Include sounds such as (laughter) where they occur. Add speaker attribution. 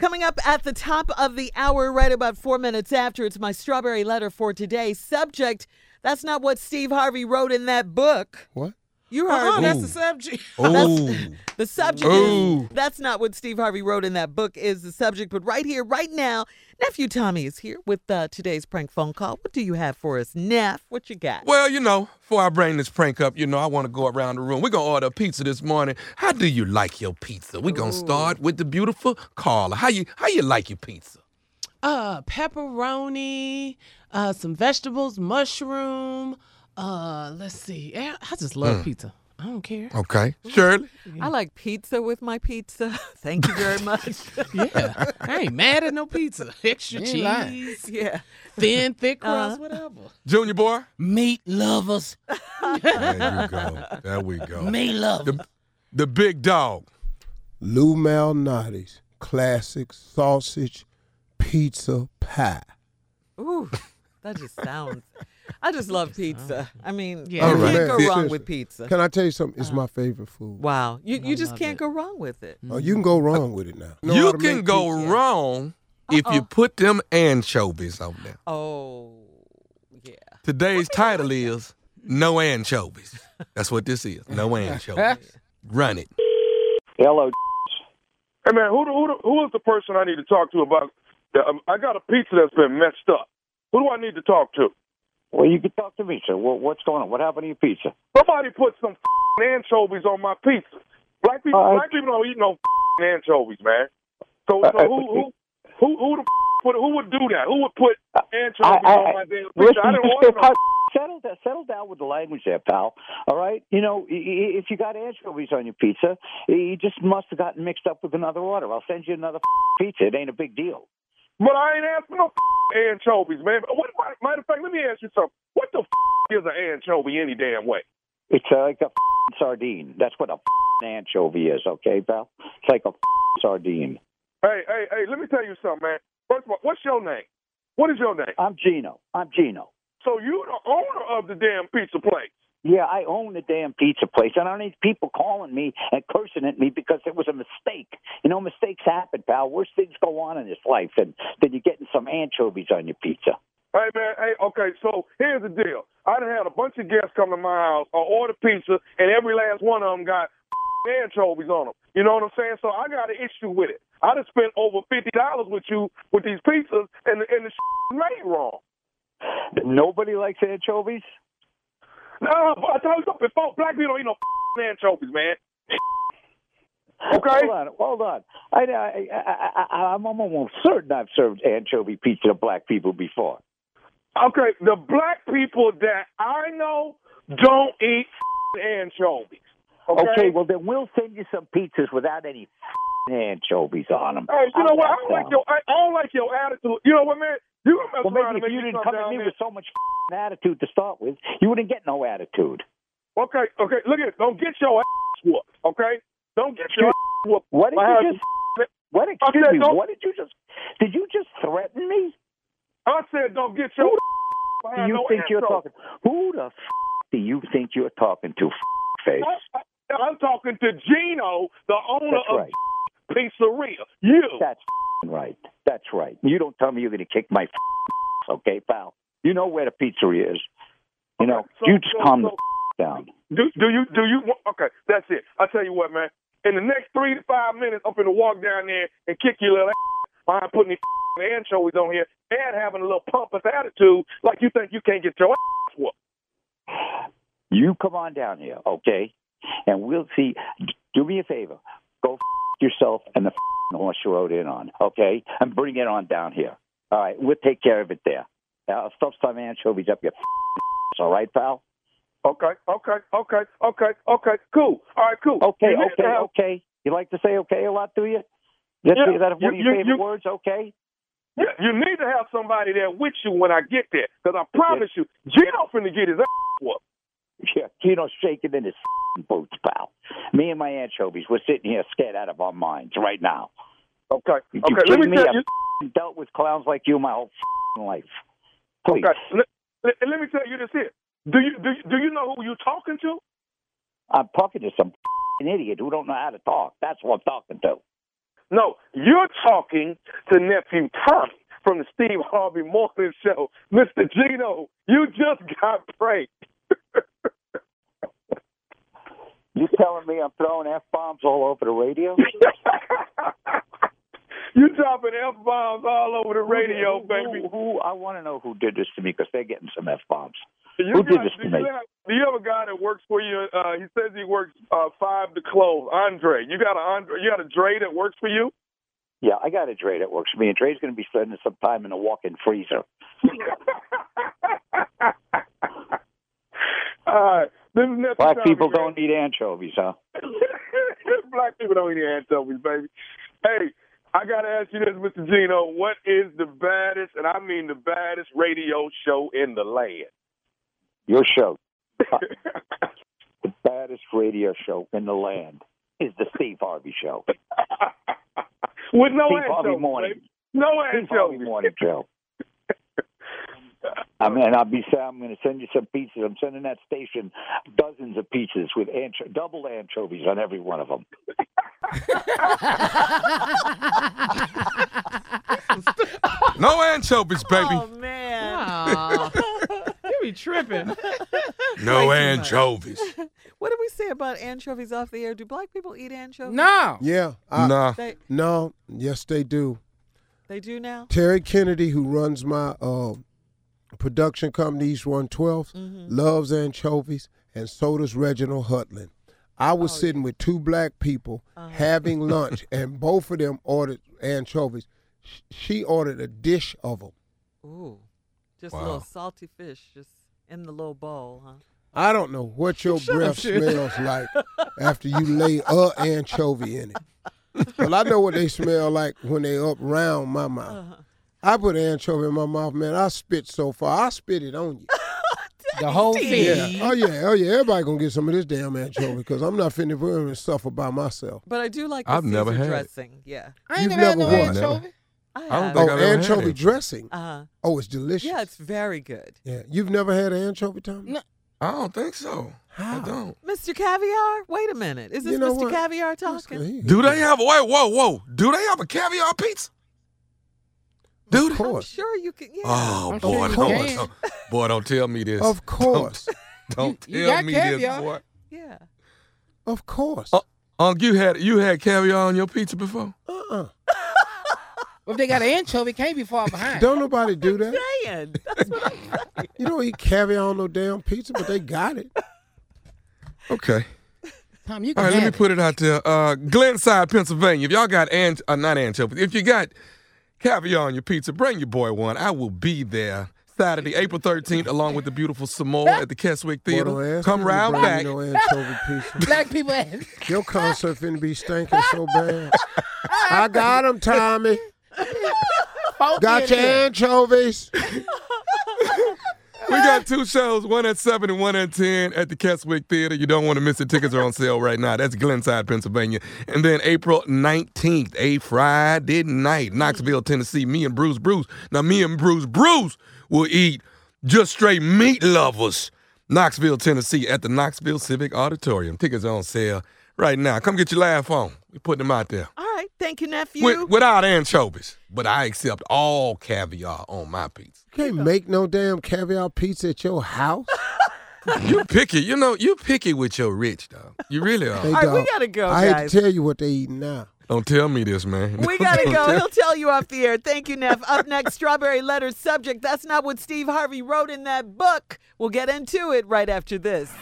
Speaker 1: Coming up at the top of the hour, right about four minutes after, it's my strawberry letter for today. Subject That's not what Steve Harvey wrote in that book.
Speaker 2: What?
Speaker 1: You heard
Speaker 3: Oh,
Speaker 1: me.
Speaker 3: that's the subject.
Speaker 1: (laughs)
Speaker 2: Oh,
Speaker 1: The subject
Speaker 2: Ooh.
Speaker 1: is that's not what Steve Harvey wrote in that book is the subject, but right here, right now, nephew Tommy is here with uh, today's prank phone call. What do you have for us, Neff? What you got?
Speaker 2: well, you know, before I bring this prank up, you know, I want to go around the room. We're gonna order a pizza this morning. How do you like your pizza? We're gonna start with the beautiful Carla. How you how you like your pizza?
Speaker 3: Uh, pepperoni, uh, some vegetables, mushroom. Uh, let's see. Yeah, I just
Speaker 2: Mm.
Speaker 3: love pizza. I
Speaker 2: (laughs)
Speaker 3: don't care.
Speaker 2: Okay, Shirley.
Speaker 1: I like pizza with my pizza. (laughs) Thank you very much. (laughs)
Speaker 3: Yeah, I ain't mad at no pizza. (laughs) Extra
Speaker 4: ain't lying. Uh-huh.
Speaker 3: cheese,
Speaker 1: yeah.
Speaker 3: thin, thick crust, whatever.
Speaker 2: Junior boy.
Speaker 4: Meat lovers.
Speaker 2: There you go. There we go.
Speaker 4: Meat lovers.
Speaker 2: The, (laughs) the big dog.
Speaker 5: Lou Malnati's classic sausage pizza pie.
Speaker 1: Ooh, that just sounds. I just love pizza. I mean,
Speaker 3: Yeah.
Speaker 1: you
Speaker 3: All
Speaker 1: can't
Speaker 5: right.
Speaker 1: go
Speaker 5: Man,
Speaker 1: wrong
Speaker 5: seriously.
Speaker 1: with pizza.
Speaker 5: Can I tell you something? It's my favorite food.
Speaker 1: Wow, you you just
Speaker 3: love
Speaker 1: can't
Speaker 3: it.
Speaker 1: go wrong with it.
Speaker 5: Oh, you can go wrong with it now. Know how
Speaker 2: you
Speaker 5: to
Speaker 2: can
Speaker 5: make
Speaker 2: go
Speaker 5: pizza.
Speaker 2: wrong if you put them anchovies on there.
Speaker 1: Oh, yeah.
Speaker 2: Today's title is No Anchovies. That's what this is.
Speaker 5: (laughs)
Speaker 2: No anchovies. Run it.
Speaker 6: Hello.
Speaker 7: Hey man, who who who is the person I need to talk to about? The, um, I got a pizza that's been messed up. Who do I need to talk to?
Speaker 6: Well, you can talk to me, sir. What, what's going on? What happened to your pizza?
Speaker 7: Somebody put some f***ing anchovies on my pizza. Black people,
Speaker 6: Uh,
Speaker 7: black people don't eat no f***ing anchovies, man. So, so
Speaker 6: Uh,
Speaker 7: who who who who the f- put who would do that? Who would put anchovies on my damn
Speaker 6: listen,
Speaker 7: pizza? I didn't
Speaker 6: you
Speaker 7: order
Speaker 6: just
Speaker 7: no.
Speaker 6: settle down, settle down with the language there, pal. All right, you know, i- i- if you got anchovies on your pizza, you just must have gotten mixed up with another order. I'll send you another (laughs) pizza. It ain't a big deal.
Speaker 7: But I ain't asked for no (laughs) f***ing anchovies, man. What, matter of fact, let me ask you something. What the (laughs) f- is an anchovy any damn way?
Speaker 6: It's uh, like a (laughs) f***ing sardine. That's what a (laughs) f***ing anchovy is, okay, pal? It's like a (laughs) f***ing sardine.
Speaker 7: Hey, hey, hey, let me tell you something, man. First of all, what's your name? What is your name?
Speaker 6: I'm Gino. I'm Gino.
Speaker 7: So you the owner of the damn pizza place.
Speaker 6: Yeah, I own the damn pizza place, and I don't need people calling me and cursing at me because it was a mistake. You know, mistakes happen, pal. Worse things go on in this life than than you getting some anchovies on your pizza.
Speaker 7: Hey man, hey, okay, so here's the deal. I done had a bunch of guests come to my house, I ordered pizza, and every last one of them got (laughs) anchovies on them. You know what I'm saying? So I got an issue with it. I done spent over fifty dollars with you with these pizzas, and the, (laughs) and the made wrong.
Speaker 6: Nobody likes anchovies.
Speaker 7: No, but I told you something before. Black people don't eat no (laughs) anchovies,
Speaker 6: (laughs)
Speaker 7: man. Okay.
Speaker 6: Hold on, hold on. I, I, I, I, I'm almost certain I've served anchovy pizza to black people before.
Speaker 7: Okay, the black people that I know don't eat (laughs) f***ing anchovies. Okay,
Speaker 6: Okay, well then we'll send you some pizzas without any anchovies on them.
Speaker 7: hey, you know what? I don't like your I I don't like your attitude. You know what, man? You gonna mess
Speaker 6: Well,
Speaker 7: around
Speaker 6: maybe
Speaker 7: and
Speaker 6: if
Speaker 7: make
Speaker 6: you
Speaker 7: me
Speaker 6: didn't come
Speaker 7: come
Speaker 6: at
Speaker 7: down
Speaker 6: me
Speaker 7: here.
Speaker 6: with so much f***ing attitude to start with, you wouldn't get no attitude.
Speaker 7: Okay, okay, look at it. Don't get your ass whooped. Okay, don't get your ass whooped.
Speaker 6: What did
Speaker 7: Why
Speaker 6: you
Speaker 7: have-
Speaker 6: just? What
Speaker 7: Okay,
Speaker 6: excuse me?
Speaker 7: don't-
Speaker 6: What did you just? Did you just threaten me?
Speaker 7: I said don't get your.
Speaker 6: Who
Speaker 7: ass
Speaker 6: Do
Speaker 7: (laughs) behind
Speaker 6: you
Speaker 7: no
Speaker 6: think you're
Speaker 7: asshole.
Speaker 6: talking? Who the f- do you think you're talking to? F- face.
Speaker 7: I, I, I'm talking to Gino, the owner
Speaker 6: That's right.
Speaker 7: of Pizzeria. You.
Speaker 6: That's f***ing right. That's right. You don't tell me you're going to kick my, f- okay, pal? You know where the pizzeria is. You know.
Speaker 7: Okay, so-
Speaker 6: you just
Speaker 7: so-
Speaker 6: calm the
Speaker 7: so-
Speaker 6: f- down.
Speaker 7: Do do you do you want? Okay, that's it. I tell you what, man. In the next three to five minutes, I'm gonna walk down there and kick your little ass behind putting these (laughs) f***ing anchovies on here and having a little pompous attitude like you think you can't get your (laughs) ass whooped.
Speaker 6: You come on down here, okay? And we'll see. Do me a favor. Go f- yourself and the f- horse you rode in on, okay? And bring it on down here. All right, we'll take care of it there. Now, I'll stuff some anchovies up your f- all right, pal?
Speaker 7: Okay, okay, okay, okay, okay, cool. All right, cool.
Speaker 6: Okay,
Speaker 7: You need to
Speaker 6: okay,
Speaker 7: have-
Speaker 6: okay. You like to say okay a lot, do you? That's
Speaker 7: Yeah,
Speaker 6: is that one of
Speaker 7: you-
Speaker 6: your
Speaker 7: you-
Speaker 6: favorite
Speaker 7: you-
Speaker 6: words, okay?
Speaker 7: You, you need to have somebody there with you when I get there, because I promise you, Gino finna get his (laughs) ass whooped.
Speaker 6: Yeah, Keno's shaking in his f***ing boots, pal. Me and my anchovies, we're sitting here scared out of our minds right now.
Speaker 7: Okay,
Speaker 6: You
Speaker 7: okay. Let
Speaker 6: kidding
Speaker 7: me
Speaker 6: me?
Speaker 7: tell
Speaker 6: I'm
Speaker 7: you.
Speaker 6: f***ing dealt with clowns like you my whole f***ing life. Please.
Speaker 7: Okay, let, let, let me tell you this here. Do you do you, do you know who you're talking to?
Speaker 6: I'm talking to some f***ing idiot who don't know how to talk. That's what I'm talking to.
Speaker 7: No, you're talking to nephew Tommy from the Steve Harvey Morning Show. Mr. Gino, you just got pranked. (laughs)
Speaker 6: You telling me I'm throwing f bombs all over the radio?
Speaker 7: you dropping f bombs all over the (laughs) radio,
Speaker 6: Who-
Speaker 7: baby.
Speaker 6: Who, who, I want to know who did this to me because they're getting some f bombs.
Speaker 7: You
Speaker 6: Who did
Speaker 7: got-
Speaker 6: this to
Speaker 7: you
Speaker 6: me?
Speaker 7: have- Do you have a guy that works for you? Uh, he says he works uh, five to close. Andre, you got a Andre? You got a Dre that works for you? (laughs)
Speaker 6: Yeah, I got a Dre that works for me, and Dre's going to be spending some time in a walk-in freezer.
Speaker 7: All right, this is Nephew
Speaker 6: Black
Speaker 7: Tommy,
Speaker 6: people
Speaker 7: man.
Speaker 6: don't need anchovies, huh?
Speaker 7: Black people don't eat anchovies, baby. Hey, I gotta ask you this, Mr. Gino. What is the baddest, and I mean the baddest, radio show in the land?
Speaker 6: Your
Speaker 7: (laughs)
Speaker 6: show, the baddest radio show in the land, is the Steve Harvey Show.
Speaker 7: (laughs) With no
Speaker 6: Steve Harvey
Speaker 7: anchovies,
Speaker 6: morning.
Speaker 7: baby. No
Speaker 6: Steve Harvey
Speaker 7: anchovies.
Speaker 6: morning show. (laughs) I mean, I'll be saying I'm going to send you some pizzas. I'm sending that station dozens of pizzas with ancho- double anchovies on every one of them.
Speaker 2: No anchovies, baby.
Speaker 1: Oh man.
Speaker 3: Aw.
Speaker 1: (laughs)
Speaker 3: you be tripping.
Speaker 2: no anchovies.
Speaker 1: What did we say about anchovies off the air? Do black people eat anchovies?
Speaker 3: No.
Speaker 5: Yeah. I,
Speaker 2: nah.
Speaker 1: They
Speaker 5: No. Yes, they do.
Speaker 1: they do now?
Speaker 5: Terry Kennedy, who runs my uh, production company, East 112, loves anchovies, and so does Reginald Hutland. I was sitting with two black people having lunch, and both of them ordered anchovies. Sh- She ordered a dish of them.
Speaker 1: Ooh. Just
Speaker 2: Wow.
Speaker 1: a little salty fish just in the little bowl, huh?
Speaker 5: I don't know what your breath smells like after you lay a anchovy in it. Well, I know what they smell like when they up round my
Speaker 1: Uh-huh.
Speaker 5: mouth. I put anchovy in my mouth, man. I spit so far, I spit it on you.
Speaker 4: The whole
Speaker 5: Yeah.
Speaker 4: thing.
Speaker 5: Oh yeah. Oh yeah. Everybody gonna get some of this damn anchovy because I'm not finna put them and suffer by myself.
Speaker 1: But I do like the
Speaker 2: I've never
Speaker 1: Caesar
Speaker 2: had it.
Speaker 1: dressing. Yeah.
Speaker 4: I ain't
Speaker 5: You've
Speaker 4: never had no
Speaker 5: never
Speaker 2: what?
Speaker 4: anchovy.
Speaker 1: I,
Speaker 2: don't
Speaker 1: have.
Speaker 2: think
Speaker 5: oh,
Speaker 2: I've ever had
Speaker 5: anchovy
Speaker 2: it.
Speaker 5: dressing.
Speaker 1: uh-huh.
Speaker 5: Oh, it's delicious.
Speaker 1: Yeah, it's very good.
Speaker 5: Yeah. You've never had an anchovy, Tommy?
Speaker 4: No.
Speaker 2: I don't think so. I don't.
Speaker 1: Mr. Caviar? Wait a minute. Is this
Speaker 5: You know
Speaker 1: Mr.
Speaker 5: what?
Speaker 1: Caviar
Speaker 5: That's
Speaker 1: talking?
Speaker 5: good.
Speaker 2: Do they have a wait? Whoa, whoa! Do they have a caviar pizza? Do
Speaker 5: Of
Speaker 2: they?
Speaker 1: I'm
Speaker 5: course.
Speaker 1: sure you can. Yeah.
Speaker 2: Oh
Speaker 4: I'm sure
Speaker 2: boy,
Speaker 4: you
Speaker 2: don't,
Speaker 4: can.
Speaker 2: don't- boy, (laughs) don't tell me this.
Speaker 5: Of course.
Speaker 2: Don't
Speaker 4: You- you
Speaker 2: tell
Speaker 4: got
Speaker 2: me
Speaker 4: caviar.
Speaker 2: this, boy.
Speaker 1: Yeah.
Speaker 5: of course.
Speaker 1: Oh.
Speaker 2: Uh, Unc, you had you had caviar on your pizza before?
Speaker 5: Uh-uh.
Speaker 4: If they got an anchovy, it can't be far behind.
Speaker 5: Don't nobody do that.
Speaker 1: Saying. That's what I'm saying.
Speaker 5: You don't eat caviar on no damn pizza, but they got
Speaker 2: (laughs)
Speaker 5: it.
Speaker 2: Okay.
Speaker 4: Tom, you can
Speaker 2: All right, let me
Speaker 4: have
Speaker 2: put it out there. Uh, Glenside, Pennsylvania. If y'all got an uh, not anchovies, if you got caviar on your pizza, bring your boy one. I will be there Saturday, April 13th, along with the
Speaker 4: (laughs)
Speaker 2: beautiful Samoa at the Keswick
Speaker 5: Boy, don't
Speaker 2: Theater.
Speaker 5: ask
Speaker 2: Come
Speaker 5: me to
Speaker 2: round
Speaker 5: bring you
Speaker 2: back.
Speaker 5: No anchovy
Speaker 2: (laughs)
Speaker 5: pizza.
Speaker 4: Black people ass.
Speaker 5: Your concert finna be stinking so bad. I got 'em, Tommy.
Speaker 4: Folk
Speaker 5: Got
Speaker 4: in
Speaker 5: your
Speaker 4: there.
Speaker 5: anchovies.
Speaker 2: We got two shows, one at 7 and one at 10 at the Keswick Theater. You don't want to miss it. Tickets are on sale right now. That's Glenside, Pennsylvania. And then April 19th, a Friday night, Knoxville, Tennessee. Me and Bruce Bruce. Now, me and Bruce Bruce will eat just straight meat lovers. Knoxville, Tennessee at the Knoxville Civic Auditorium. Tickets are on sale right now. Come get your laugh on. We're putting them out there.
Speaker 1: All right. Thank you, nephew.
Speaker 2: With, without anchovies. But I accept all caviar on my pizza.
Speaker 5: You can't make no damn caviar pizza at
Speaker 1: (laughs)
Speaker 5: your house.
Speaker 2: You picky, you know, you picky with your rich, dog. You really
Speaker 5: They
Speaker 2: are.
Speaker 1: All right, we
Speaker 5: dog.
Speaker 1: gotta go,
Speaker 5: I hate
Speaker 1: guys.
Speaker 5: to tell you what they eating now.
Speaker 2: Don't tell me this, man.
Speaker 1: We gotta
Speaker 2: (laughs) Don't
Speaker 1: go.
Speaker 2: tell-
Speaker 1: He'll tell you off the air. Thank you, Neff. Up next, strawberry letters subject. That's not what Steve Harvey wrote in that book. We'll get into it right after this.